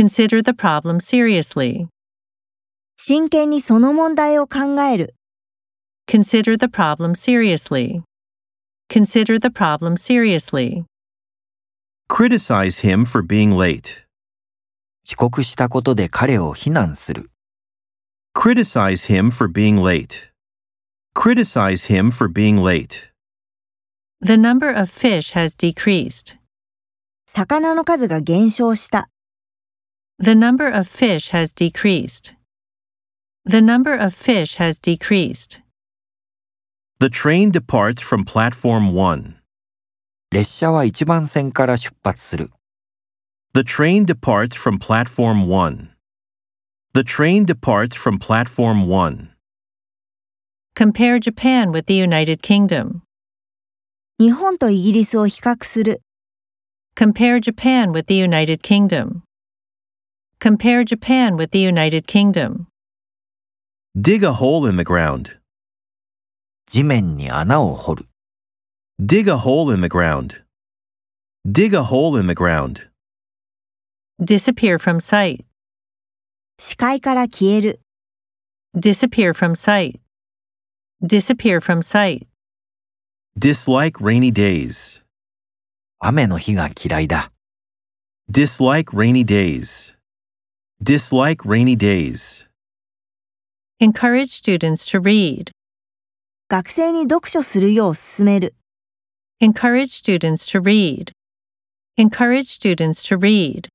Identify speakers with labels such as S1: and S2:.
S1: Consider the problem seriously.
S2: 真剣にその問題を考える。
S1: Consider the problem seriously. Consider the problem seriously.
S3: Criticize him for being late.
S4: 遅刻したことで彼を非難する。
S3: Criticize him for being late. Criticize him for being late.
S1: The number of fish has decreased.
S2: 魚の数が減少した。
S1: The number of fish has decreased. The number of fish has decreased.
S3: The train departs from platform 1.
S4: 列車は一番線から出発する。
S3: The train departs from platform 1. The train departs from platform 1.
S1: Compare Japan with the United Kingdom.
S2: 日本とイギリスを比較する。
S1: Compare Japan with the United Kingdom. Compare Japan with the United Kingdom.
S3: Dig a hole in the ground.
S4: 地面に穴を掘る。
S3: Dig a hole in the ground. Dig a hole in the ground.
S1: Disappear from sight.
S2: 視界から消える。
S1: Disappear from sight. Disappear from sight.
S3: Dislike rainy days.
S4: 雨の日が嫌いだ。
S3: Dislike rainy days. Dislike rainy days.
S1: Encourage students to read.
S2: 学生に読書するよう勧める。
S1: Encourage students to read. Encourage students to read.